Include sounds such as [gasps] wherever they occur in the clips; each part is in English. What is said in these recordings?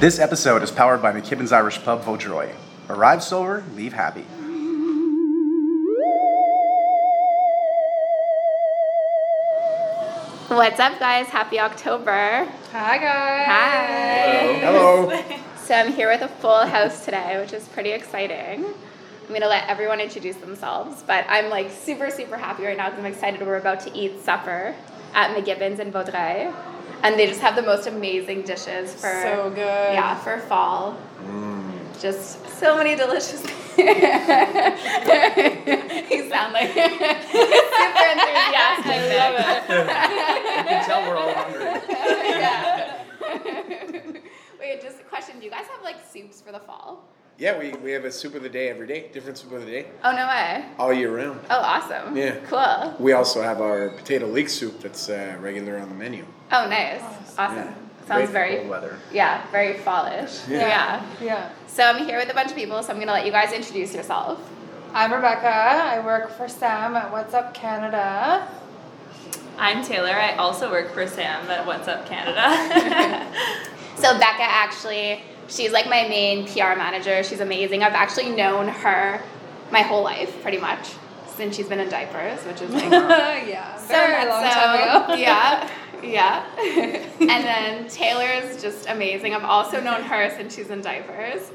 This episode is powered by McKibben's Irish Pub Vaudreuil. Arrive sober, leave happy. What's up, guys? Happy October. Hi guys. Hi. Hello. So, I'm here with a full house today, which is pretty exciting. I'm going to let everyone introduce themselves, but I'm like super, super happy right now because I'm excited. We're about to eat supper at McGibbon's in Vaudreuil, and they just have the most amazing dishes for So good. Yeah, for fall. Just so many [laughs] delicious. [laughs] you sound like [laughs] super enthusiastic. I love it. tell we're all hungry. Yeah. Wait, just a question. Do you guys have like soups for the fall? Yeah, we, we have a soup of the day every day, different soup of the day, Oh no way. all year round. Oh awesome. Yeah. Cool. We also have our potato leek soup that's uh, regular on the menu. Oh nice. Awesome. Yeah. Sounds Great for very cold weather. yeah, very fallish. Yeah. Yeah. Yeah. So I'm here with a bunch of people, so I'm gonna let you guys introduce yourself. I'm Rebecca. I work for Sam at What's Up Canada. I'm Taylor. I also work for Sam at What's Up [laughs] Canada. So Becca actually, she's like my main PR manager. She's amazing. I've actually known her my whole life, pretty much, since she's been in diapers, which is like [laughs] yeah. Very So- long so- time ago. [laughs] Yeah, [laughs] yeah. and then Taylor's just amazing. I've also known her since she's in diapers.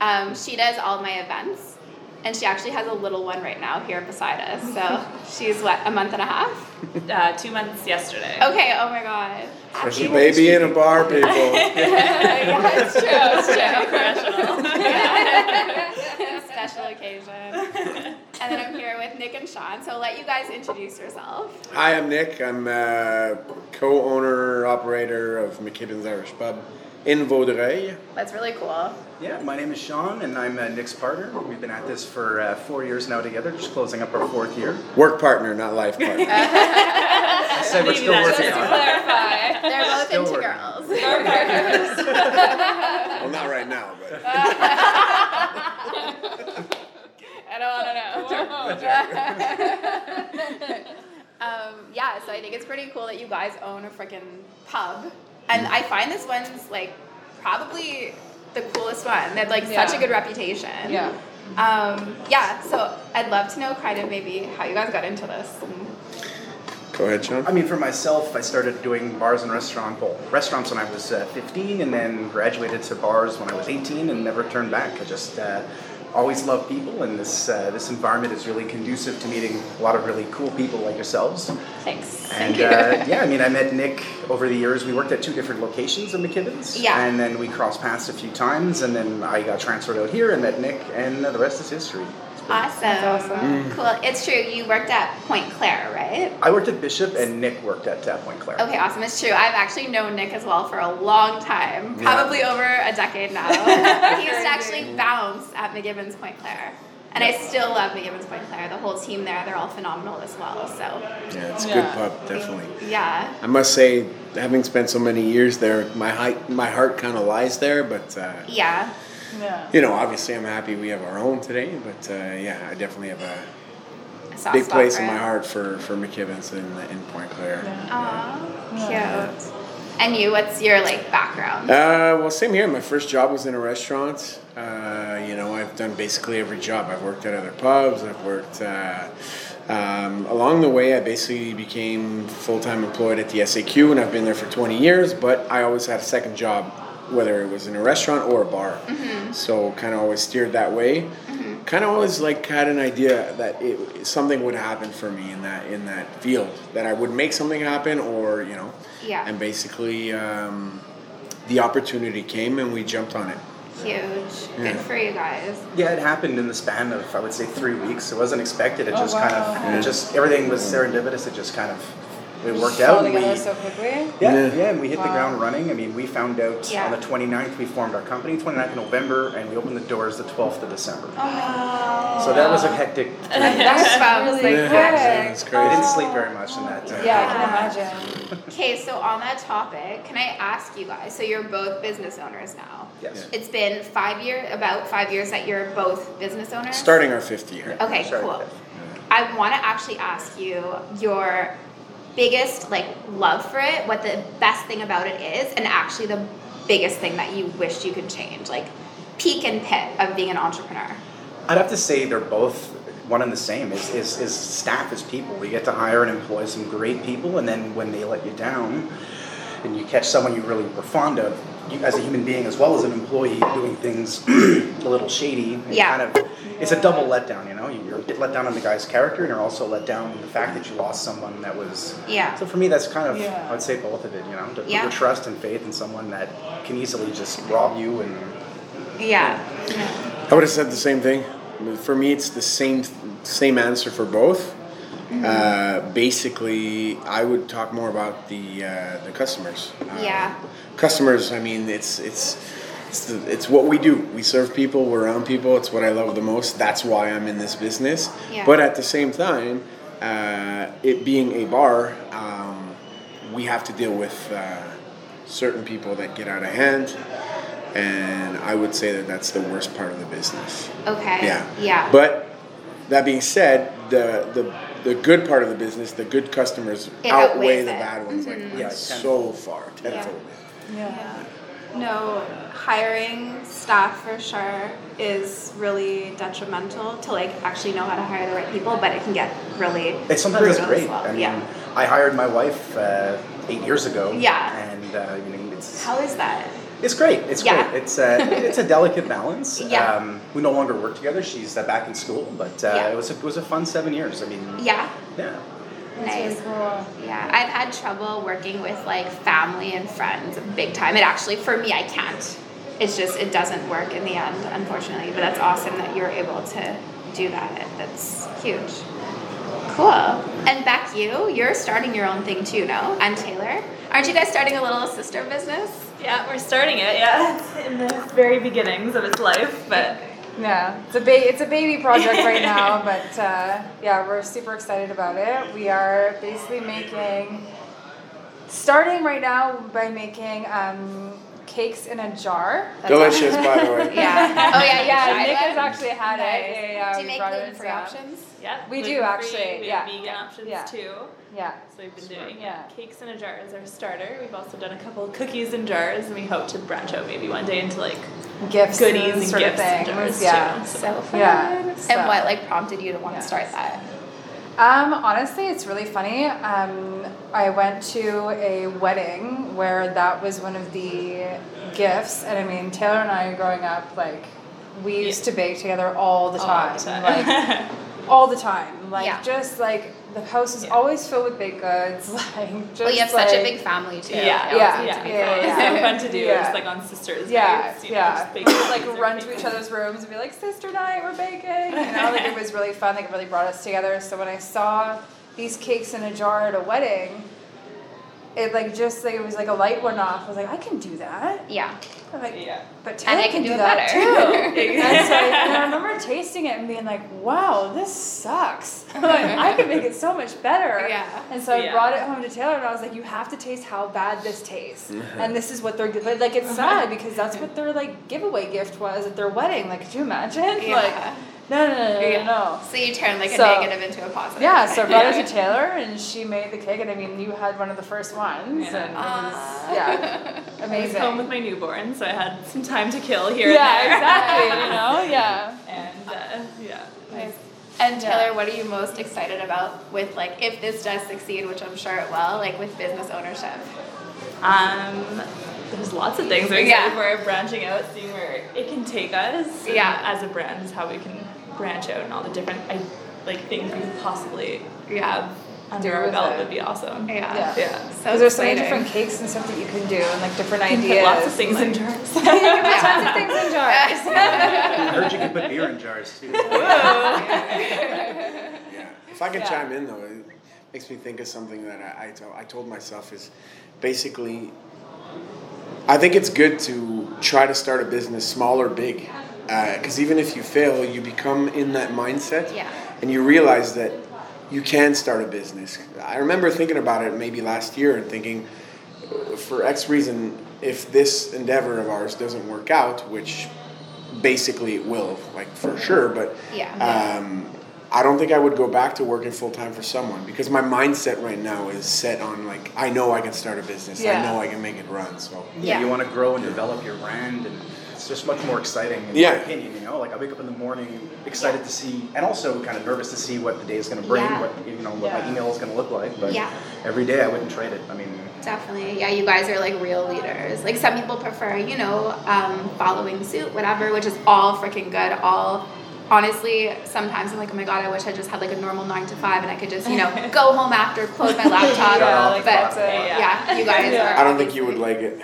Um, she does all my events, and she actually has a little one right now here beside us. [laughs] So she's what a month and a half. uh, two months yesterday. Okay. Oh my [laughs] god. Fresh baby in a bar, people. yeah, it's true. It's Professional. [laughs] true. Special occasion. And then I'm here with Nick and Sean. So I'll let you guys introduce yourself. Hi, I'm Nick. I'm uh, co owner, operator of McKibben's Irish Pub in Vaudreuil. That's really cool. Yeah, my name is Sean, and I'm uh, Nick's partner. We've been at this for uh, four years now together, just closing up our fourth year. Work partner, not life partner. I said we're Maybe still that's working just on it. Clarify. They're both Still into working. girls. well, not right now, but. I don't want to know. [laughs] um, yeah, so I think it's pretty cool that you guys own a freaking pub. And I find this one's like probably the coolest one. They had like such Yeah. a good reputation. Yeah. Um, yeah, so I'd love to know kind of maybe how you guys got into this. Go ahead, Sean. I mean, for myself, I started doing bars and restaurant well, restaurants when I was uh, 15, and then graduated to bars when I was 18, and never turned back. I just uh, always loved people, and this uh, this environment is really conducive to meeting a lot of really cool people like yourselves. Thanks. And Thank you. [laughs] uh, yeah, I mean, I met Nick over the years. We worked at two different locations in McKibben's. Yeah. And then we crossed paths a few times, and then I got transferred out here and met Nick, and the rest is history. It's been- Awesome. That's awesome. Mm. Cool. It's true. You worked at Point Claire, right? I worked at Bishop, and Nick worked at Tap Point Claire. Okay, awesome. It's true. I've actually known Nick as well for a long time, Yeah. probably over a decade [laughs] now. he used to actually bounce at McGibbon's Point Claire. And I still love McGibbon's Point Claire. The whole team there, they're all phenomenal as well. So, Yeah, it's a Yeah. good pub, definitely. yeah. I must say, having spent so many years there, my height, my heart kind of lies there. But uh, Yeah. [laughs] Yeah. you know, obviously, I'm happy we have our own today. But uh, yeah, I definitely have a A soft big spot place for in my it. heart for for McKibbins in, in Point Claire. Aw, cute. And you, what's your like background? Uh, well, same here. My first job was in a restaurant. Uh, you know, I've done basically every job. I've worked at other pubs. I've worked. Uh, um, along the way, I basically became full time employed at the SAQ, and I've been there for 20 years. But I always had a second job, whether it was in a restaurant or a bar. So kind of always steered that way. Kind of always like had an idea that it, something would happen for me in that in that field, that I would make something happen, or you know. Yeah. And basically. Um, the opportunity came and we jumped on it. Huge. Good for you guys. Yeah, it happened in the span of I would say three weeks. It wasn't expected. It Oh, just kind of, wow. it just everything was serendipitous. It just kind of, it worked Fell out. and together we- so [laughs] quickly. yeah, Yeah. yeah, and we hit the Wow. ground running. I mean, we found out Yeah. on the 29th we formed our company, 29th of November, and we opened the doors the 12th of December. Oh. So that was a [laughs] hectic. I That's Sounds really Yeah, quick. that's crazy. didn't Oh. sleep very much in that. uh, Yeah, I can imagine. Okay, so on that topic, can I ask you guys? So you're both business owners now. Yes. It's been five year, about five years that you're both business owners. Starting our fifth year. Okay, Sorry. cool. I want to actually ask you your biggest like love for it, what the best thing about it is, and actually the biggest thing that you wished you could change? Like peak and pit of being an entrepreneur. I'd have to say they're both one and the same. Is is, is staff is people. You get to hire and employ some great people, and then when they let you down, and you catch someone you really were fond of, you, as a human being as well as an employee, doing things [clears throat] a little shady. and Yeah. Kind of, it's a double letdown. You know, you're let down on the guy's character, and you're also let down in the fact that you lost someone that was. Yeah. So for me, that's kind of Yeah. I would say both of it. You know, to put Yeah. your trust and faith in someone that can easily just rob you and. Yeah. I would have said the same thing. For me, it's the same same answer for both. Mm-hmm. Uh, basically, I would talk more about the uh, the customers. Uh, Yeah. Customers. I mean, it's it's. It's, the, it's what we do. We serve people. We're around people. It's what I love the most. That's why I'm in this business. Yeah. But at the same time, uh, it being a bar, um, we have to deal with uh, certain people that get out of hand, and I would say that that's the worst part of the business. Okay. Yeah. Yeah. But that being said, the the the good part of the business, the good customers It outweigh outweighs the it. Mm-hmm. bad ones like Yeah, by so far, tenfold. Yeah. No, hiring staff for sure is really detrimental to like actually know how to hire the right people, but it can get really It's sometimes it's brutal as great. well. I mean, yeah. I hired my wife uh, eight years ago. Yeah. and uh, you know, it's How is that? it's great. It's Yeah. great. It's a [laughs] it's a delicate balance. Yeah. Um, we no longer work together. She's uh, back in school, but uh, Yeah. it was a, it was a fun seven years. I mean, Yeah. yeah. Nice. That's really cool. Yeah, I've had trouble working with like family and friends big time. It actually, for me, I can't. It's just, it doesn't work in the end, unfortunately. But that's awesome that you're able to do that. That's huge. Cool. And Beck, you, you're starting your own thing too, no? And Taylor. Aren't you guys starting a little sister business? Yeah, we're starting it. Yeah, it's in the very beginnings of its life, but Yeah, it's a ba- it's a baby project right [laughs] now, but uh, yeah, we're super excited about it. We are basically making, starting right now by making um, cakes in a jar. Delicious, by the way. [laughs] Yeah. [laughs] Oh, yeah, [laughs] Yeah, yeah. Nick has actually had it. Yeah, yeah, Do we you make brought it gluten free in. options? yeah, We do, gluten-free, actually, We yeah, have vegan options yeah. too. Yeah, So we've been doing yeah. yeah. cakes in a jar as our starter. We've also done a couple cookies in jars, and we hope to branch out maybe one day into like gifts, goodies and and sort gifts of in things. jars yeah. too. So So fun. Yeah, so- And what like prompted you to want Yeah. to start that? Um, honestly, it's really funny. Um, I went to a wedding where that was one of the gifts, and I mean, Taylor and I growing up, like, we used to bake together all the time, like all the time, like Yeah. just like the house is Yeah. always filled with baked goods, [laughs] like just Well, you have like, such a big family too. yeah, It always yeah, yeah, needs yeah, to be yeah, fun. It's yeah. so fun to do. Yeah. Just like on sisters' yeah, nights, you know, yeah. just We [coughs] bake would, like cookies or run to each cakes. other's rooms and be like, "Sister night, we're baking." You know, like it was really fun. Like it really brought us together. So when I saw these cakes in a jar at a wedding, it like just like it was like a light went off. I was like, "I can do that." Yeah. I'm like, Yeah. "But Taylor And I can, can do it that [laughs] better. too." and so like, and I remember tasting it and being like, "Wow, this sucks! [laughs] like, I could make it so much better." Yeah. And so I Yeah. brought it home to Taylor, and I was like, "You have to taste how bad this [laughs] tastes." and this is what they're but like. It's sad because that's what their like giveaway gift was at their wedding. Like, could you imagine? Like, Yeah. no, no, no, no, Yeah. no. So you turn like a So- negative into a positive. Yeah, so I brought it Yeah. to Taylor, and she made the cake, and I mean, you had one of the first ones, Yeah. and it was, [laughs] yeah, I was amazing. home with my newborn, so I had some time to kill [laughs] here yeah, and there. exactly. You know, yeah. And uh, yeah, And Yeah. Taylor, what are you most excited about with like if this does succeed, which I'm sure it will, like with business ownership? Um, there's lots of things we're excited Yeah. for branching out, seeing where it can take us. and Yeah. As a brand, is how we can branch out and all the different I, like things we could possibly Yeah. have under Do our with belt it. would be awesome. Yeah. Yeah. Yeah. So Because there's so many exciting. different cakes and stuff that you can do, and like different You can ideas. put lots of things in [laughs] jars. you can put tons of things in jars. I heard you could put beer in jars [laughs] too. Yeah. If I could Yeah. chime in though, it makes me think of something that I, I, told, I told myself is basically I think it's good to try to start a business small or big. Because even if you fail, you become in that mindset Yeah. and you realize that you can start a business. I remember thinking about it maybe last year and thinking, uh, for X reason, if this endeavor of ours doesn't work out, which basically it will, like for sure, but Yeah. um, I don't think I would go back to working full time for someone because my mindset right now is set on like I know I can start a business. I Yeah. know I can make it run. So Yeah, Yeah. you want to grow and develop your brand, and it's just much more exciting in Yeah. my opinion. You know, like I wake up in the morning excited to see, and also kind of nervous to see what the day is going to bring, Yeah. what you know, what my Yeah. email is going to look like. But Yeah. every day I wouldn't trade it. I mean, Definitely. Yeah, you guys are like real leaders. Like some people prefer, you know, um, following suit, whatever, which is all freaking good. All honestly, sometimes I'm like, oh my god, I wish I just had like a normal nine to five and I could just, you [laughs] know, go home after, close my laptop. shut off, but blah, blah, yeah. blah. yeah. you guys Yeah. are. I don't think you would like it.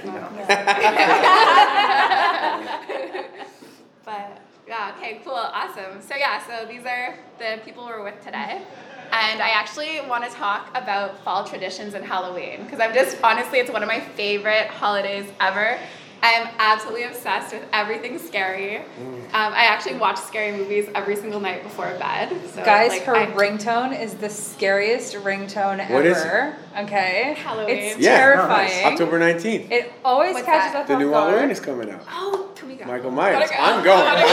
But yeah, okay, cool, awesome. So yeah, so these are the people we're with today. And I actually want to talk about fall traditions and Halloween because I'm just honestly, it's one of my favorite holidays ever. I'm absolutely obsessed with everything scary. Mm. Um, I actually watch scary movies every single night before bed. So, Guys, like, her I- ringtone is the scariest ringtone What ever. is Okay, Halloween. It's Yeah, no, it's terrifying. October nineteenth, It always What's catches that? up. the new off guard. Halloween is coming out. Oh, can we go? Michael Myers. I'm going. [laughs] I'm going.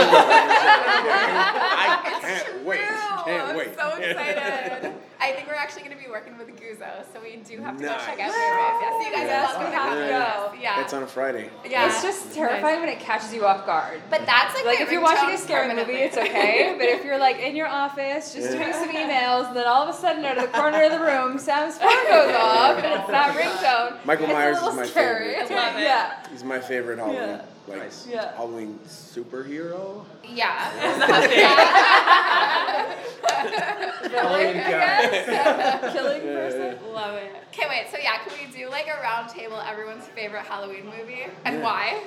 I can't wait. Can't wait. I'm so excited. I think we're actually going to be working with Guzo, so we do have to Nice. go check out Guzo. Yeah, so you guys Yes. are welcome to have Yeah. us. Yeah. [laughs] It's on a Friday. yeah. It's just terrifying when it catches you off guard. but that's like, Like my if you're watching ringtone a scary movie, permanently. it's [laughs] okay. But if you're like in your office, just doing some emails, and then all of a sudden, out of the corner of the room, Sam's phone goes off, and it's that ringtone. Michael It's Myers a little is my scary. favorite. I love it. Yeah. He's my favorite Halloween. Yeah. Like Nice. Yeah. Halloween superhero. [laughs] Yeah. Halloween guy. [laughs] Killing person. Love it. [laughs] Okay, wait. So yeah, can we do like a round table? Everyone's favorite Halloween movie and Yeah. Oh. why?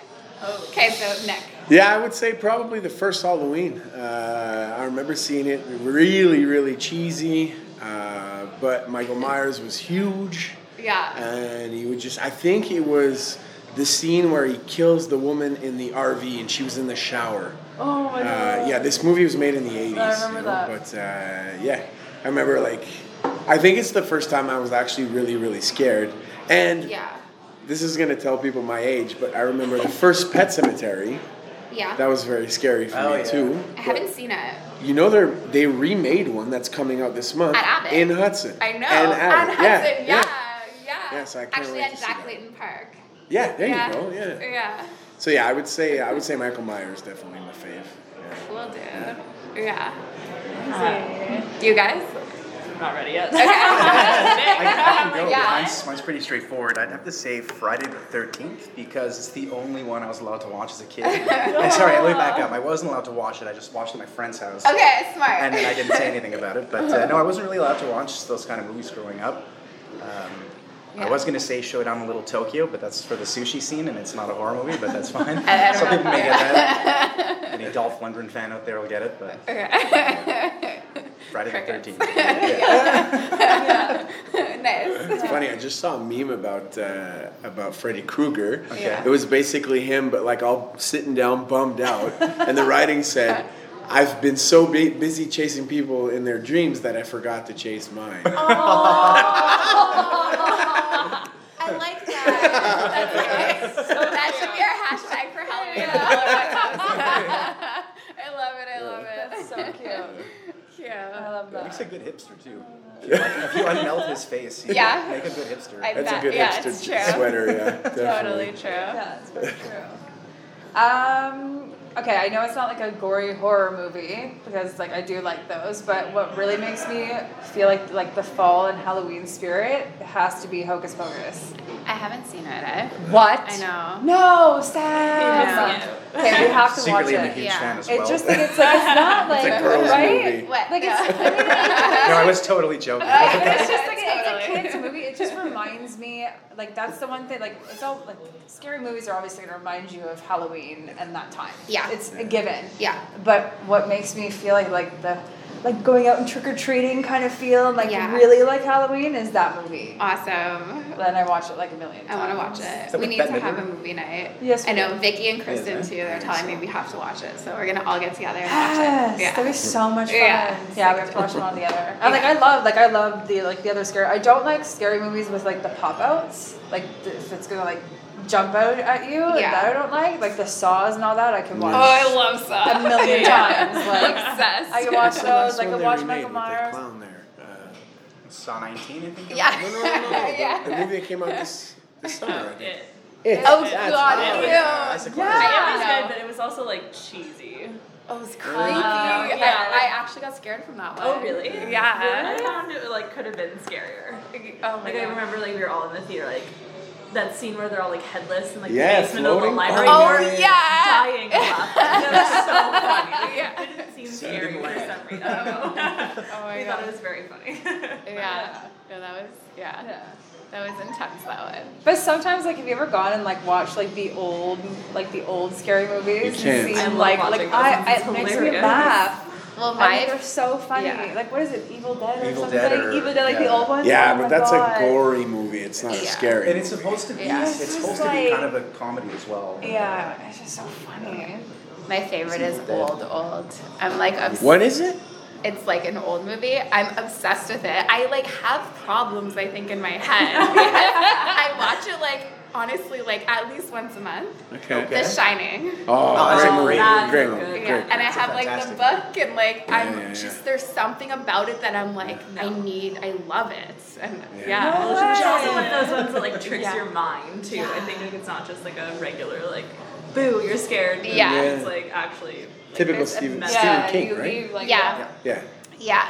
Okay, so Nick. Yeah, I would say probably the first Halloween. Uh, I remember seeing it really, really cheesy, uh, but Michael Myers was huge, Yeah. and he would just. I think it was the scene where he kills the woman in the RV, and she was in the shower. Oh my Uh, yeah, this movie was made in the 80s. I remember that. But uh, yeah, I remember like, I think it's the first time I was actually really, really scared. And Yeah. this is going to tell people my age, but I remember the first Pet Cemetery. Yeah. That was very scary for Oh, me yeah. too. I haven't seen it. You know they they remade one that's coming out this month At Abbott. in Hudson. I know. And Abbott. Ann yeah, Hudson, yeah. yeah. Yeah. Yes, I can't Actually wait at to see Zach that. Layton Park. Yeah, there yeah. you go. Yeah. Yeah. So yeah, I would say I would say Michael Myers definitely my fave. Yeah. Will do. Yeah. You [laughs] guys? [laughs] I'm not ready yet. [laughs] I can go. Yeah. Mine's, mine's pretty straightforward. I'd have to say Friday the 13th because it's the only one I was allowed to watch as a [laughs] kid. I'm sorry, I let me back up. I wasn't allowed to watch it. I just watched it at my friend's house. Okay, smart. and then I didn't say anything about it. But uh, no, I wasn't really allowed to watch those kind of movies growing up. Um, I was gonna say Showdown in Little Tokyo, but that's for the sushi scene, and it's not a horror movie, but that's fine. [laughs] I [laughs] don't Some know. people may get that. Any Dolph Lundgren fan out there will get it, but [laughs] Friday the Thirteenth. [laughs] nice. It's funny. I just saw a meme about uh, about Freddy Krueger. Okay. It was basically him, but like all sitting down, bummed out, and the writing said, "I've been so bu- busy chasing people in their dreams that I forgot to chase mine." I like that. That's nice. that should be our hashtag for Halloween. [laughs] I love it. I love it. That's so cute. Cute. I love He's that. a good hipster too. If you unmelt his face, you Yeah. make a good hipster. I- That's That- a good yeah, hipster it's j- true. sweater. [laughs] Yeah, definitely. Totally true. Yeah, it's very true. Um, okay, I know it's not like a gory horror movie because like I do like those, but what really makes me feel like like the fall and Halloween spirit has to be Hocus Pocus. I haven't seen it. Eh? What? I know. No, Yeah. Sam. Okay, we have to Secretly, watch I'm a it. huge Yeah. fan as well. It just like it's like it's not like a girls' right. movie. What? Like Yeah. it's, [laughs] no, I was totally joking. it's just like it's Totally. a kids movie. It just reminds me like that's the one thing like it's all like scary movies are obviously gonna remind you of Halloween and that time. Yeah. it's a given. [laughs] Yeah. But what makes me feel like like the like going out and trick or treating kind of feel and like Yeah. really like Halloween is that movie. Awesome. Then I watch it like a million. I times. want Um, to watch Is it. that We with need Bette to have a Midler? movie night. Yes, I we know do. Vicky and Kristen right? too. They're telling me we have to watch it, so we're gonna all get together and watch Yes, it. that Yeah. was so much fun. Yeah. yeah, we have to watch them all together. And like I love, like I love the like the other scary. I don't like scary movies with like the pop outs. Like th- if it's gonna like jump out at you. Yeah. That I don't like, like the saws and all that. I can watch Oh, I love [laughs] a million times. Like Obsessed. I can watch What's the last those. Like I one can they watch remade Michael with Myers. The clown there. Uh, Saw 19, I think. [laughs] Yeah. no, no, no, [laughs] no. [laughs] Yeah. The, the movie that came out this, this summer. I think. [laughs] It. It. Oh That's God, awesome. ew. That's a classic. I always know. heard that it was also like cheesy. Oh, it's creepy. yeah, I- like- I, actually got scared from that one. Oh really? Yeah. I found it like could have been scarier. Oh my Like I god. remember like we were all in the theater like that scene where they're all like headless and like Yeah, the basement of floating. the library. Oh, and they're yeah. Oh, Dying of laughter. That was so funny. [laughs] Like, Yeah. It didn't seem it scary didn't for land. some [laughs] reason. [laughs] we Oh my thought it god. was very funny. Oh Yeah. No, that was yeah. That was intense. That one. But sometimes, like, have you ever gone and like watched like the old, like the old scary movies? You and can't. seen, I love like, like watching those. I, It's it makes me hilarious. laugh. Well, I think my they're so funny. yeah. Like, what is it, Evil Dead or Evil something? Dead or- Evil Dead, like the yeah. old ones. Yeah, Oh my but that's God. a gory movie. It's not a Yeah. scary. And it's supposed to be. Yeah. It's It's supposed just to be like- kind of a comedy as well. Yeah, it's just so funny. my favorite is Evil Dead. old old. I'm like obsessed. what is it? It's like an old movie. I'm obsessed with it. I like have problems. I think in my head. [laughs] I watch it like honestly like at least once a month. Okay. Okay. The Shining. Oh, that's great a movie. great- Great that's movie. good. Yeah, and Great. I That's a have like the fantastic book, and like Yeah, I'm yeah, yeah. just there's something about it that I'm like I need, I love it, and Yeah. yeah, No Well, It's way. also one of those ones that like tricks Yeah. your mind too. I think like it's not just like a regular like boo, you're scared. movie. Yeah. It's like actually Typical There's a Stephen, mess- Stephen yeah, King, you, right? you, like, yeah, yeah. yeah,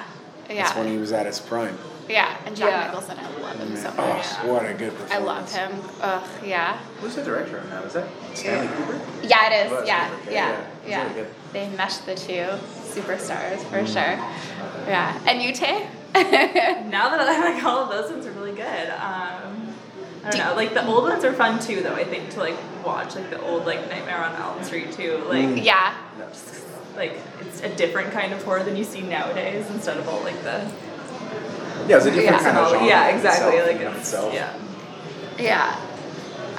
That's when yeah, he was at his prime. yeah. And Jack Yeah. Nicholson, I love him so Oh, much. what a good I love performance. him. Ugh, yeah, Who's the director on that? Was that Stanley Kubrick? yeah, it Well, is. Yeah, it's really yeah, good. Yeah, it's yeah. really good. Mm-hmm. They meshed the two superstars for sure. Yeah, and [laughs] you, Tay? now that I [laughs] like all of those ones are really good. Um, I don't know, like the old ones are fun too, though. I think to like watch like the old like Nightmare on Elm Street too. Like yeah, like it's a different kind of horror than you see nowadays instead of all like the Oh, Yeah, it's a different Yeah. kind of genre. yeah exactly itself, like in and of it's itself. yeah.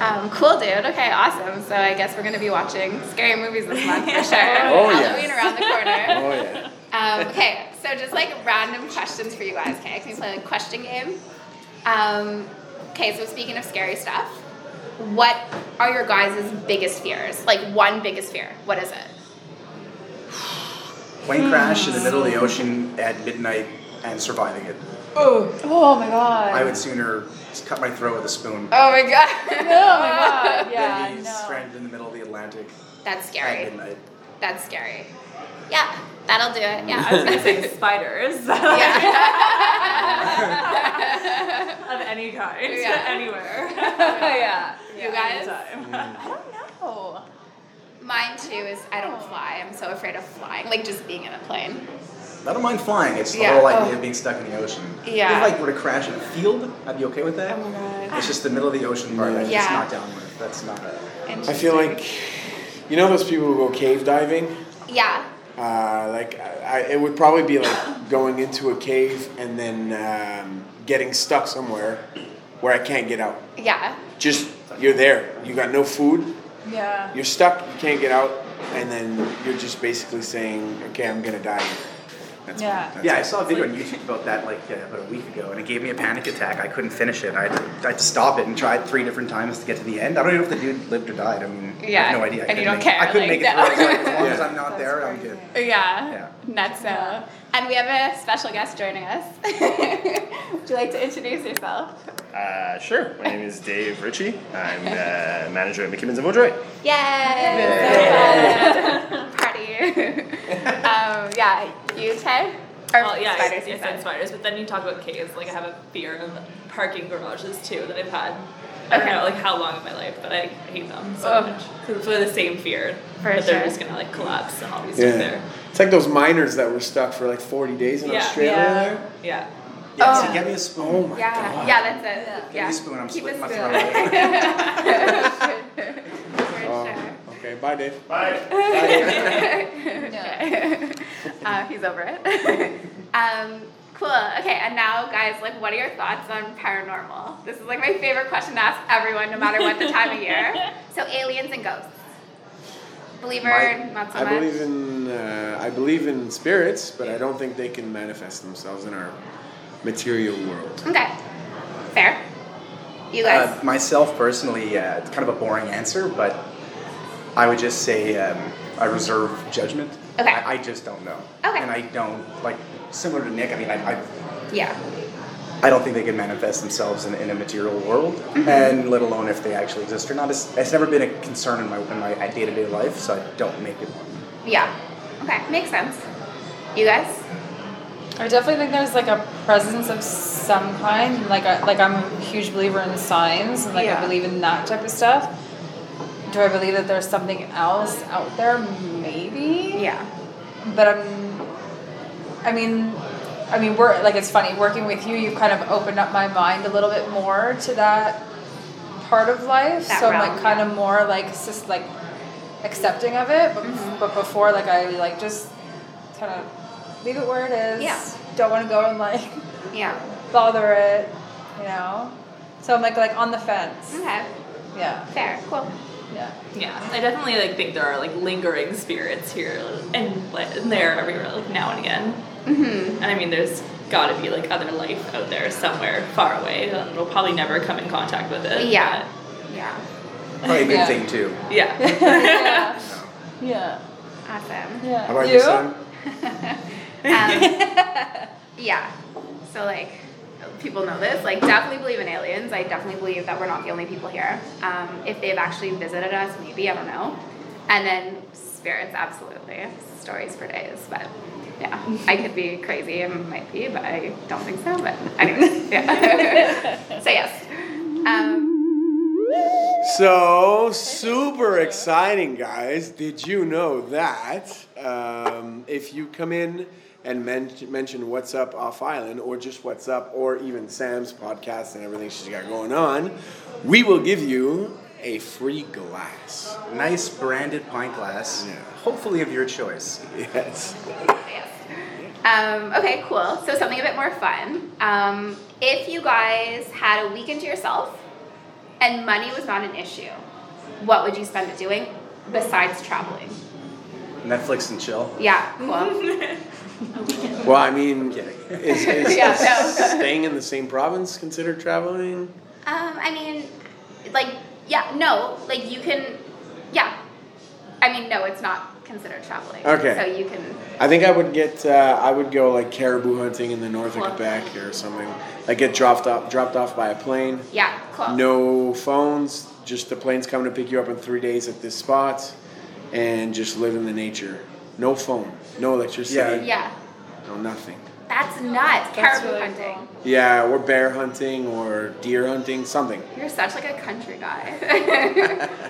Yeah. Um, cool, dude. Okay, awesome. So I guess we're gonna be watching scary movies this month for [laughs] sure. Oh, yeah. Halloween around the corner. Oh, yeah. Um, okay, so just like random questions for you guys. Okay, can you play like question game? Um, okay, so speaking of scary stuff, what are your guys' biggest fears? Like one biggest fear. What is it? Plane crash in the middle of the ocean at midnight and surviving it. Oh, oh my god. I would sooner just cut my throat with a spoon Oh my [laughs] god. Oh my [laughs] god. Yeah. than be no. stranded in the middle of the Atlantic That's at scary. midnight. That's scary. Yeah, that'll do it. I was [laughs] Yeah. [laughs] gonna say spiders [laughs] yeah. of any kind Yeah. [laughs] [laughs] anywhere. [laughs] yeah. you guys? Mm. Anytime. Oh. [laughs] Mine too is I don't fly. I'm so afraid of flying, like just being in a plane. I don't mind flying. It's the Yeah. whole idea Oh. of being stuck in the ocean. Yeah. Oh If like were to crash in a field, I'd be okay with that. It's just the middle of the ocean part that's Yeah. just not down with. That's not a. I feel like, you know, those people who go cave diving? Yeah. Uh, like I, I- it would probably be like going into a cave and then um, getting stuck somewhere where I can't get out. Yeah. Just you're there. You got no food. Yeah. You're stuck. You can't get out. And then you're just basically saying, "Okay, I'm gonna die." here." That's Yeah. That's Yeah, I saw a video on YouTube about that like uh, about a week ago, and it gave me a panic attack. I couldn't finish it. I had, to, I had to stop it and try it three different times to get to the end. I don't even know if the dude lived or died. I mean, I Yeah, have no idea. I and you couldn't make, don't care, I couldn't like, make it no. through. I was like, as long as [laughs] Yeah. I'm not That's there, I'm crazy. good. Yeah. Yeah. Nuts. Yeah. And we have a special guest joining us. [laughs] Would you like to introduce yourself? Uh, sure. My name is Dave Ritchie. I'm uh, manager at McKibbins and Vaudreuil. [laughs] Yay! Yeah. Party. [laughs] um, yeah. You Tay? Or Well, yeah, spiders? I, I you said said. spiders, but then you talk about caves. Like I have a fear of parking garages too that I've had. I don't know like how long in my life, but I hate them so Oh. much. 'Cause It's really the same fear For that they're sure. just gonna like collapse and always Yeah. be there. It's like those miners that were stuck for like 40 days in Yeah. Australia. Yeah. There. Yeah. Yeah, Oh. see, get me a spoon. Oh my Yeah. god. Yeah, that's it. Yeah. Get me a spoon. I'm Keep a splitting my spoon. throat. For sure. Oh, okay. Bye, [laughs] Dave. Bye. Okay. [laughs] uh, he's over it. [laughs] um, cool. Okay, and now, guys, like, what are your thoughts on paranormal? This is like my favorite question to ask everyone, no matter what the time of year. So, aliens and ghosts. Believer, My- not so I much. believe in uh, I believe in spirits, but I don't think they can manifest themselves in our material world. okay, fair. You guys. Uh, myself personally, uh, it's kind of a boring answer, but I would just say um, I reserve judgment. Okay. I, I just don't know. Okay. And I don't like similar to Nick. I mean, I, I, yeah. I don't think they can manifest themselves in, in a material world, Mm-hmm. and let alone if they actually exist or not. It's, it's never been a concern in my in my day to day life, so I don't make it one. Yeah. Okay. Makes sense. You guys? I definitely think there's like a presence of some kind. Like I, like I'm a huge believer in signs and like Yeah. I believe in that type of stuff. Do I believe that there's something else out there? Maybe. Yeah. But I'm I mean I mean we're like it's funny, working with you you've kind of opened up my mind a little bit more to that part of life. That so realm, I'm like kind of more like just like accepting of it. But Mm-hmm. but before like I like just kind of leave it where it is. Yeah. Don't want to go and like [laughs] Yeah. bother it, you know. So I'm like like on the fence. Okay. Mm-hmm. Yeah, Fair. Cool. [laughs] yeah. Yeah, I definitely like think there are like lingering spirits here and, like, and there everywhere, like now and again. Mm-hmm. And I mean, there's got to be like other life out there somewhere far away that will probably never come in contact with it. Yeah. [laughs] Yeah. Probably a good Yeah. thing too. but- [laughs] yeah. yeah. Yeah. Awesome. Yeah. How about you? your son? Um, yeah. So like, people know this. Like, definitely believe in aliens. I definitely believe that we're not the only people here. Um, if they've actually visited us, maybe I don't know. And then spirits, absolutely. Stories for days, but. Yeah, I could be crazy and might be, but I don't think so. But anyway, yeah. [laughs] so yes. Um, So super exciting, guys! Did you know that um, if you come in and men- mention what's up off island, or just what's up, or even Sam's podcast and everything she's got going on, we will give you a free glass. Nice branded pint glass, Yeah. hopefully of your choice. Yes. yes. Um, okay, cool. So something a bit more fun. Um, if you guys had a weekend to yourself and money was not an issue, what would you spend it doing besides traveling? Netflix and chill. Yeah, [laughs] cool. Well, I mean, Kidding. is, is Yeah, staying in the same province considered traveling? Um, I mean, like, yeah, no, like you can, yeah. I mean, no, it's not considered traveling. Okay. So you can, I think I would get uh, I would go like caribou hunting in the north of Cool. Quebec or something. Like get dropped off dropped off by a plane. yeah, cool. No phones, just the plane's coming to pick you up in three days at this spot, and just live in the nature. No phone, no electricity, Yeah, no nothing. that's nuts. That's Caribou really hunting. cool. Yeah, or bear hunting or deer hunting, something. You're such like a country guy. [laughs]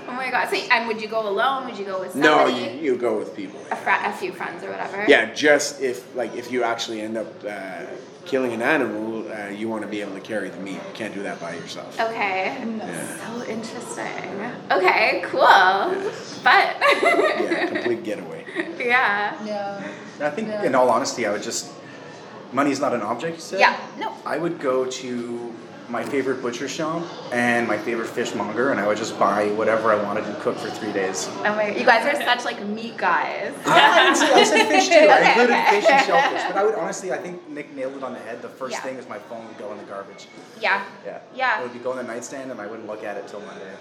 oh my god. So and would you go alone? Would you go with No, somebody? you, you go with people. a, fr- a few friends or whatever. Yeah, just if like if you actually end up uh, killing an animal, uh, you want to be able to carry the meat. You can't do that by yourself. Oh. Okay. Yeah. So interesting. Okay, cool. But yeah, complete getaway. [laughs] yeah. Yeah. I think, Yeah. in all honesty, I would just. Money's not an object, you said? Yeah. No. I would go to my favorite butcher shop and my favorite fishmonger, and I would just buy whatever I wanted and cook for three days. Oh my you guys are such like meat guys. [laughs] I said- I said fish too. I Okay, included okay. fish and shellfish, but I would honestly, I think Nick nailed it on the head. The first Yeah. thing is my phone would go in the garbage. Yeah. Yeah. Yeah. It would be going on the nightstand, and I wouldn't look at it till Monday.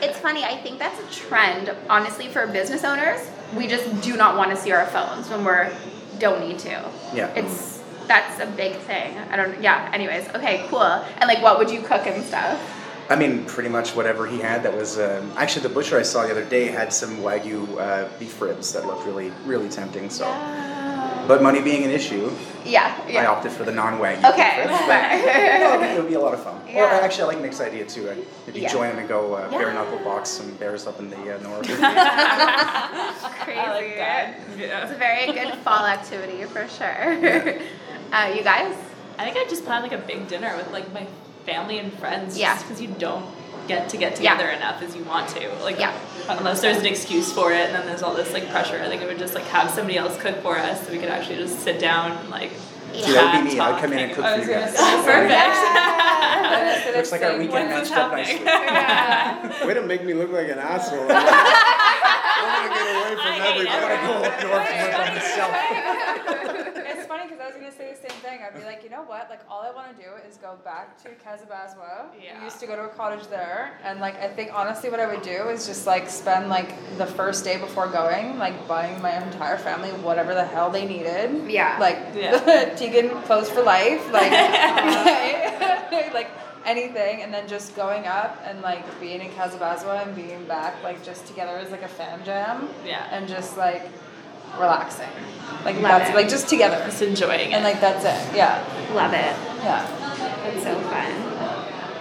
It's funny, I think that's a trend, honestly, for business owners. We just do not want to see our phones when we're don't need to. Yeah. It's that's a big thing. I don't yeah, anyways, okay, cool. And like what would you cook and stuff? I mean, pretty much whatever he had. That was um, actually the butcher I saw the other day had some wagyu uh, beef ribs that looked really, really tempting. So, but money being an issue, Yeah, I yeah. opted for the non-wagyu. [laughs] Okay, beef ribs, [laughs] but fair. no, I think it would be a lot of fun. Or Yeah. actually, I like Nick's idea too. uh, If you Yeah. join him and go uh, bare Yeah. knuckle box some bears up in the uh, north. [laughs] [laughs] [laughs] Crazy. I like that. Yeah. It's a very [laughs] good fall activity for sure. [laughs] Uh, you guys? I think I'd just plan like a big dinner with like my family and friends Yeah. just because you don't get to get Yeah. together enough as you want to. Like Yeah. unless there's an excuse for it and then there's all this like pressure. I think I would just like have somebody else cook for us so we could actually just sit down and like See, that would chat, be me. talk, I'd come in and hang cook out. for you gonna guys. [laughs] say- Perfect. Looks like our weekend When's matched this up happening? nicely. [laughs] Way to make me look like an asshole. [laughs] I'm gonna get away I from hate [laughs] everybody. North myself. It's funny because I was gonna say the same thing. I'd be like, you know what? Like, all I want to do is go back to Casabasua. Yeah. I used to go to a cottage there, and like, I think honestly, what I would do is just like spend like the first day before going, like buying my entire family whatever the hell they needed. Yeah. Like, Yeah. [laughs] Tegan clothes for life. [laughs] Like, [laughs] like anything, and then just going up and like being in Casabasua and being back, like just together as like a fan jam. Yeah. And just like relaxing. Like Love that's it. like just together. [laughs] Just enjoying it. And like that's it. Yeah. [laughs] Love it. Yeah. It's so fun.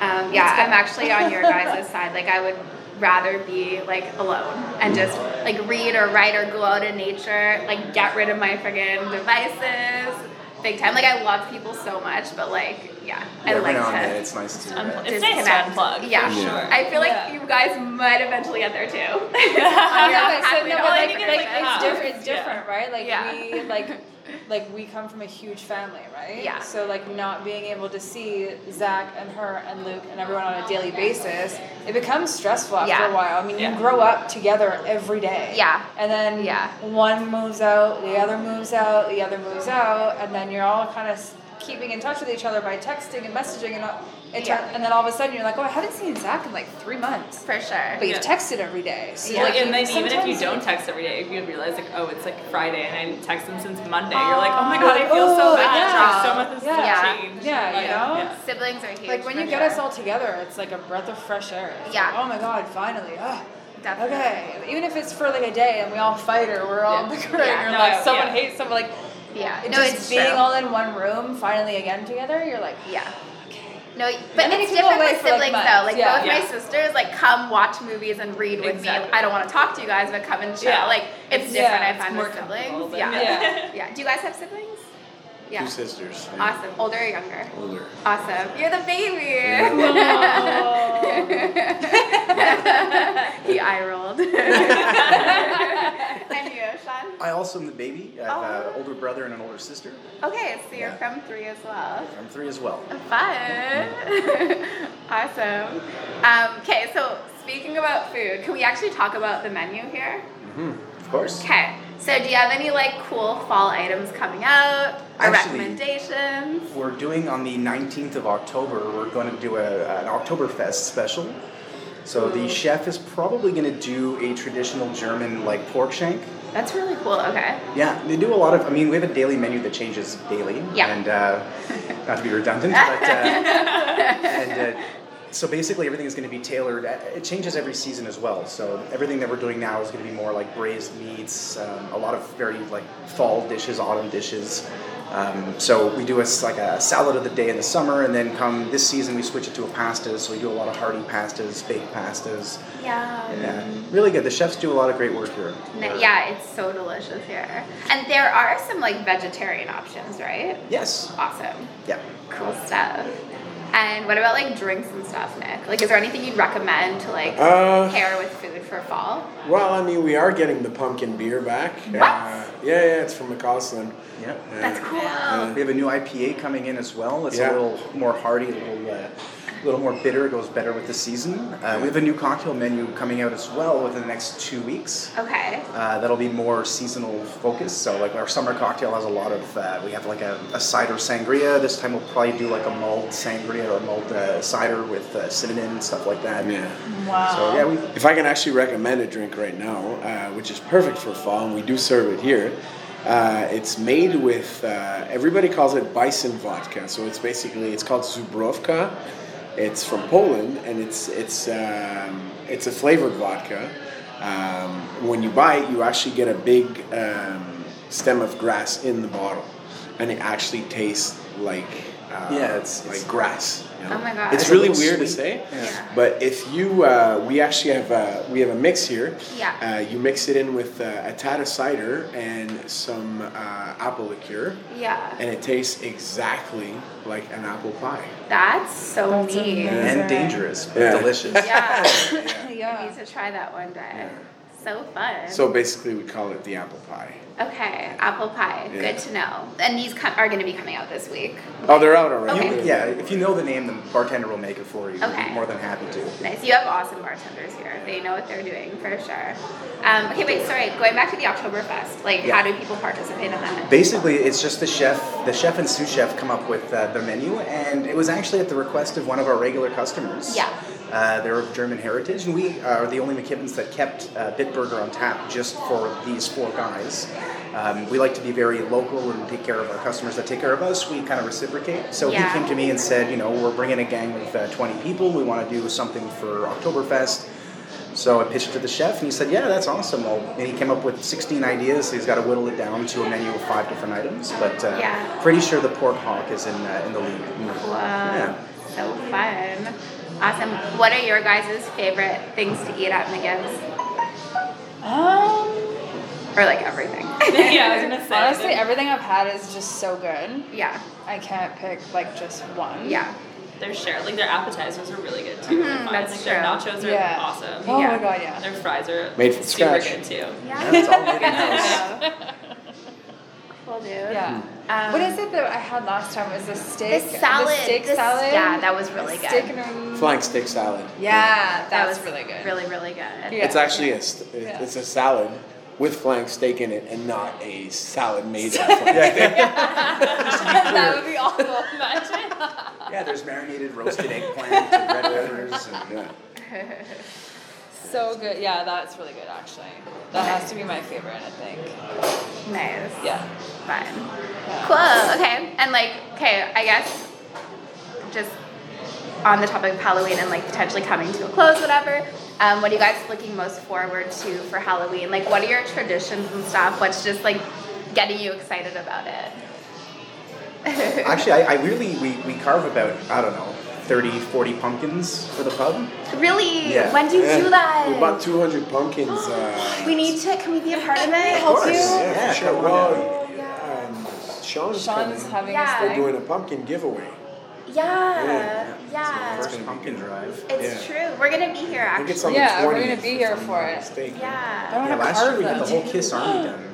Um, yeah, I'm actually on [laughs] your guys' side. Like, I would rather be like alone and just like read or write or go out in nature. Like, get rid of my friggin' devices. Big time. Like, I love people so much, but like, yeah, I Every like now and to. then it's nice to. uh, Unpl- Um, it's nice to disconnect. unplug. for Yeah. sure. I feel like Yeah. you guys might eventually get [laughs] there too. [laughs] Yeah, okay, so no, but Well, I like, think like, it's like it's how. different. It's Yeah. different, right? Like Yeah. we [laughs] like like we come from a huge family, right? Yeah. So like not being able to see Zach and her and Luke and everyone on a daily basis, it becomes stressful after Yeah. a while. I mean, Yeah. you grow up together every day. Yeah. And then Yeah. one moves out, the other moves out, the other moves out, and then you're all kind of keeping in touch with each other by texting and messaging and all, it Yeah. turn- and then all of a sudden you're like, oh, I haven't seen Zach in like three months. For sure. But you've Yeah. texted every day. So Yeah. like, and then even if you sometimes- don't text every day, you realize like, oh, it's like Friday, and I didn't text them since Monday. You're like, oh my god, I feel Oh, so bad. yeah. Like, so much has Yeah. changed. Yeah, you Like, know? yeah. Siblings are huge. Like when for you get sure. us all together, it's like a breath of fresh air. It's Yeah. Like, oh my god, finally. Ugh. Definitely. Okay. Even if it's for like a day and we all fight or we're all Yeah. bickering Yeah. or No, like someone yeah. hates someone, like Yeah. it no, just it's being true. all in one room finally again together, you're like, Yeah. No, but And then it's you can go different away with for, like, siblings months. though. Like Yeah. both Yeah. my sisters, like come watch movies and read with Exactly. me. I don't want to talk to you guys, but come and chill. Yeah. Like it's Yeah, different. it's I find more with comfortable siblings. than- Yeah. yeah. [laughs] yeah, Do you guys have siblings? Yeah. Two sisters. yeah. Awesome. Older or younger? Older. Awesome. You're the baby. [laughs] he eye [laughs] rolled. [laughs] and you, Sean? I also am the baby. I have Oh. an older brother and an older sister. Okay, so you're Yeah. from three as well. I'm three as well. Fun. [laughs] awesome. Um, okay, so speaking about food, can we actually talk about the menu here? Of course. Okay. So do you have any like cool fall items coming out or Actually- recommendations? We're doing on the 19th of October, we're going to do a, an Oktoberfest special. So the chef is probably going to do a traditional German like pork shank. That's really cool. Okay. Yeah, they do a lot of. I mean, we have a daily menu that changes daily. Yeah. And uh, not to be redundant, but uh, [laughs] and, uh, so basically everything is going to be tailored. uh, It changes every season as well. So everything that we're doing now is going to be more like braised meats, um, a lot of very like fall dishes, autumn dishes. Um, so we do a s like a salad of the day in the summer, and then come this season we switch it to a pasta. So we do a lot of hearty pastas, baked pastas. Yeah. Yeah, really good. The chefs do a lot of great work here. N- Yeah, it's so delicious here. And there are some like vegetarian options, right? Yes. Awesome. Yeah. Cool stuff. And what about like drinks and stuff, Nick? Like, is there anything you'd recommend to like Uh, pair with food for fall? Well, I mean, we are getting the pumpkin beer back. What? Uh, yeah, yeah, it's from Uh, McCausland. Yeah. That's cool. We have a new IPA coming in as well. It's Yeah. a little more hearty, a little, uh, little more bitter. It goes better with the season. Uh, we have a new cocktail menu coming out as well within the next two weeks. Okay. Uh, that'll be more seasonal focused. So, like our summer cocktail has a lot of. Uh, we have like a, a cider sangria. This time we'll probably do like a mulled sangria or mulled uh, cider with uh, cinnamon and stuff like that. Yeah. wow. So yeah, we If I can actually recommend a drink right now, uh, which is perfect for fall, and we do serve it here, uh, it's made with uh, everybody calls it bison vodka. So it's basically it's called Zubrowka. It's from Poland, and it's it's um, it's a flavored vodka. Um, when you buy it, you actually get a big um, stem of grass in the bottle, and it actually tastes like uh, Yeah, it's- like it's- grass. you know? Oh my gosh. It's It's a really little weird to sweet. say, Yeah. but if you, uh, we actually have a, we have a mix here. Yeah. Uh, you mix it in with uh, a tad of cider and some uh, apple liqueur, Yeah. and it tastes exactly like an apple pie. That's so That's neat. amazing. and dangerous, but [laughs] Yeah. delicious. Yeah. [laughs] yeah. I need to try that one day. so fun. So basically, we call it the apple pie. okay, apple pie. Yeah. Good to know. And these co- are going to be coming out this week. Oh, they're out already. Okay. They're- Yeah, if you know the name, the bartender will make it for you. We'd Okay. be more than happy to. Nice. You have awesome bartenders here. They know what they're doing for sure. Um, okay, wait. Sorry. Going back to the Oktoberfest. Like, Yeah. how do people participate in that? Basically, it's just the chef, the chef and sous chef come up with uh, the menu, and it was actually at the request of one of our regular customers. Yeah. Uh, they're of German heritage, and we are the only McKibbins that kept uh, Bitburger on tap just for these four guys. Um, we like to be very local and take care of our customers that take care of us. We kind of reciprocate. So Yeah. he came to me and said, you know, we're bringing a gang of uh, 20 people. We want to do something for Oktoberfest. So I pitched it to the chef, and he said, "Yeah, that's awesome." Well, and he came up with 16 ideas. So he's got to whittle it down to a menu of five different items. But uh, Yeah. pretty sure the pork hawk is in uh, in the lead. Wow. Yeah. So fun. Awesome. What are your guys' favorite things to eat at McGibbs? Um, Or like everything? [laughs] [laughs] yeah, I was gonna say. honestly, everything I've had is just so good. yeah. I can't pick like just one. Yeah. their share, like their appetizers are really good too. I find. that's like their true. nachos are Yeah. awesome. Oh Yeah. my god, yeah. Their fries are Made from super scratch. good too. Yeah, that's all made in-house. Yeah. cool, dude. [laughs] Yeah. Um, what is it that I had last time? Was The the steak? salad. The steak the- salad. Yeah, that was really good. Steak and Flying steak salad. Yeah, that, that was was really [laughs] good. Really, really good. Yeah. It's actually a st- Yeah. it's a salad with flank steak in it, and not a salad [laughs] made of flank steak. that would be awful. Yeah, there's marinated [laughs] roasted eggplant and red peppers. And, [laughs] Yeah. [laughs] So good. Yeah, that's really good actually. That has to be my favorite, I think. Nice. Yeah. Fun. Yeah. Cool. Okay. And like, okay, I guess just on the topic of Halloween and like potentially coming to a close, whatever. Um, what are you guys looking most forward to for Halloween? Like, what are your traditions and stuff? What's just like getting you excited about it? actually, I, I really we, we carve about I don't know 30, 40 pumpkins for the pub. Really? Yeah. When do you Yeah. do that? We bought 200 pumpkins. [gasps] Uh, we need to. Can we be a part of it? Of course. Yeah, Yeah, for sure. come on Well, um, Sean's, Sean's coming. having Yeah. a They're steak. doing a pumpkin giveaway. Yeah. Yeah. First pumpkin drive. It's true. We're gonna be here I think actually. it's on Yeah, the we're 20th. gonna be here for it. Steak. yeah. I don't Yeah, have last year carved we got the them. whole Kiss Army done.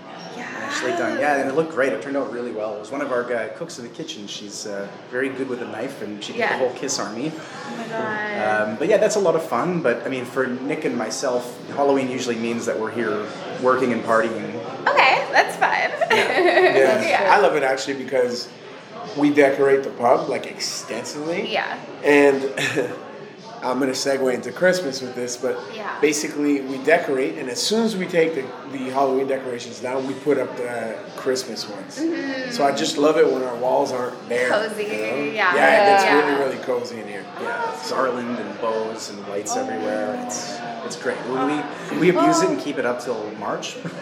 Actually done. Yeah, and it looked great. It turned out really well. It was one of our uh, cooks in the kitchen. She's uh, very good with a knife, and she did Yeah. the whole Kiss Army. Oh my god. Um, but yeah, that's a lot of fun. But I mean, for Nick and myself, Halloween usually means that we're here working and partying. okay, that's fun. [laughs] Yeah. Yeah. I love it actually because we decorate the pub like extensively. Yeah. And [laughs] I'm gonna segue into Christmas with this, but Yeah. basically we decorate, and as soon as we take the, the Halloween decorations down, we put up the Christmas ones. Mm-hmm. So I just love it when our walls aren't there. Cozy, yeah. Yeah, it gets Yeah. really, really cozy in here. Yeah, it's garland and bows and lights everywhere. It's it's great. We, we, we abuse it and keep it up till March. [laughs] Just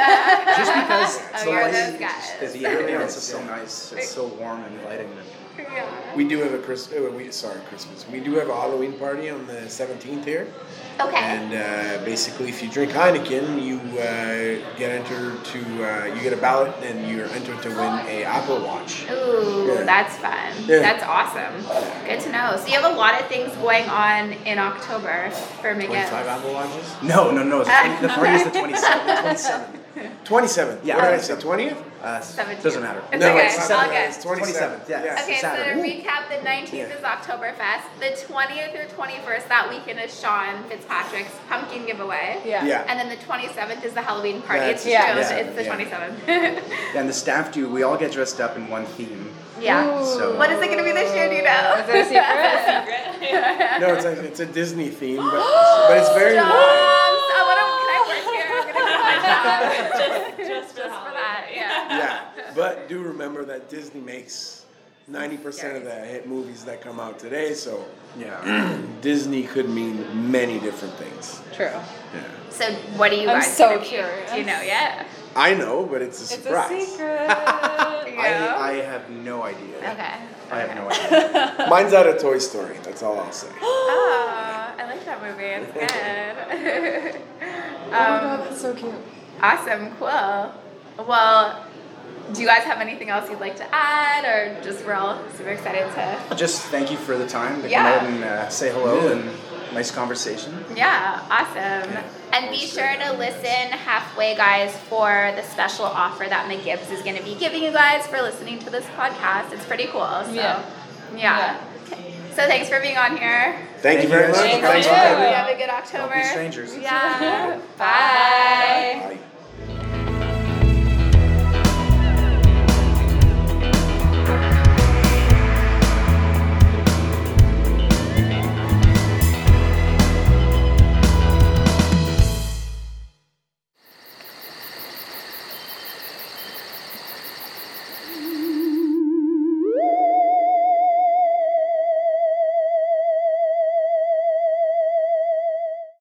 [laughs] because Oh, the you're lighting, those guys. the- the ambiance is so nice. It's so warm and lighting. [laughs] Yeah. We do have a Christmas. We sorry, Christmas. We do have a Halloween party on the 17th here. Okay. And uh, basically, if you drink Heineken, you uh, get entered to uh, you get a ballot, and you're entered to win a Apple Watch. Oh, Ooh, Yeah. that's fun. Yeah. That's awesome. Good to know. So you have a lot of things going on in October for Twenty-five McGill. Apple Watches. No, no, no. It's the, 20, the party is the [laughs] 27th. 27th. Twenty-seven. Yeah. What did I say? Twentieth? Uh, Seventeenth. doesn't matter. It's okay. not I'll that. get- It's twenty-seven. 27th, yeah. Okay, Saturday. so to recap, the 19th is Oktoberfest. The 20th or 21st that weekend is Sean Fitzpatrick's pumpkin giveaway. Yeah. [laughs] Yeah. And then the 27th is the Halloween party. it's That's the June. 27th, It's the yeah. 27th. And the staff do. We all get dressed up in one theme. [laughs] yeah. So What is it going to be this year? Do you know? Is there a [laughs] secret? [laughs] No, it's a, it's a Disney theme, but [gasps] but it's very Jobs! wide. I want to. Can I work here? I'm gonna quit my job [laughs] just, just for the for holiday. that. Yeah. Yeah, but do remember that Disney makes ninety percent of the hit movies that come out today. So yeah. [clears throat] Disney could mean many different things. True. So what do you I'm guys? so gonna be? curious. Do you know yet? I know, but it's a It's surprise. a secret. Yeah. I, I have no idea. Okay. I have [laughs] no idea. Mine's out of Toy Story. That's all I'll say. Oh, I like that movie. It's [laughs] good. oh my um, god, that's so cute. awesome. Cool. Well, do you guys have anything else you'd like to add, or just we're all super excited to? Just thank you for the time to Yeah. come out and uh, say hello and Nice conversation. Yeah, awesome. Yeah. And be sure to listen halfway, guys, for the special offer that McGibbs is going to be giving you guys for listening to this podcast. It's pretty cool. So, Yeah. yeah. Okay. So, thanks for being on here. Thank, you very much. guys. Thank Thanks for you. having me. [laughs] Hope you have a good October. strangers. Yeah. Bye. Bye.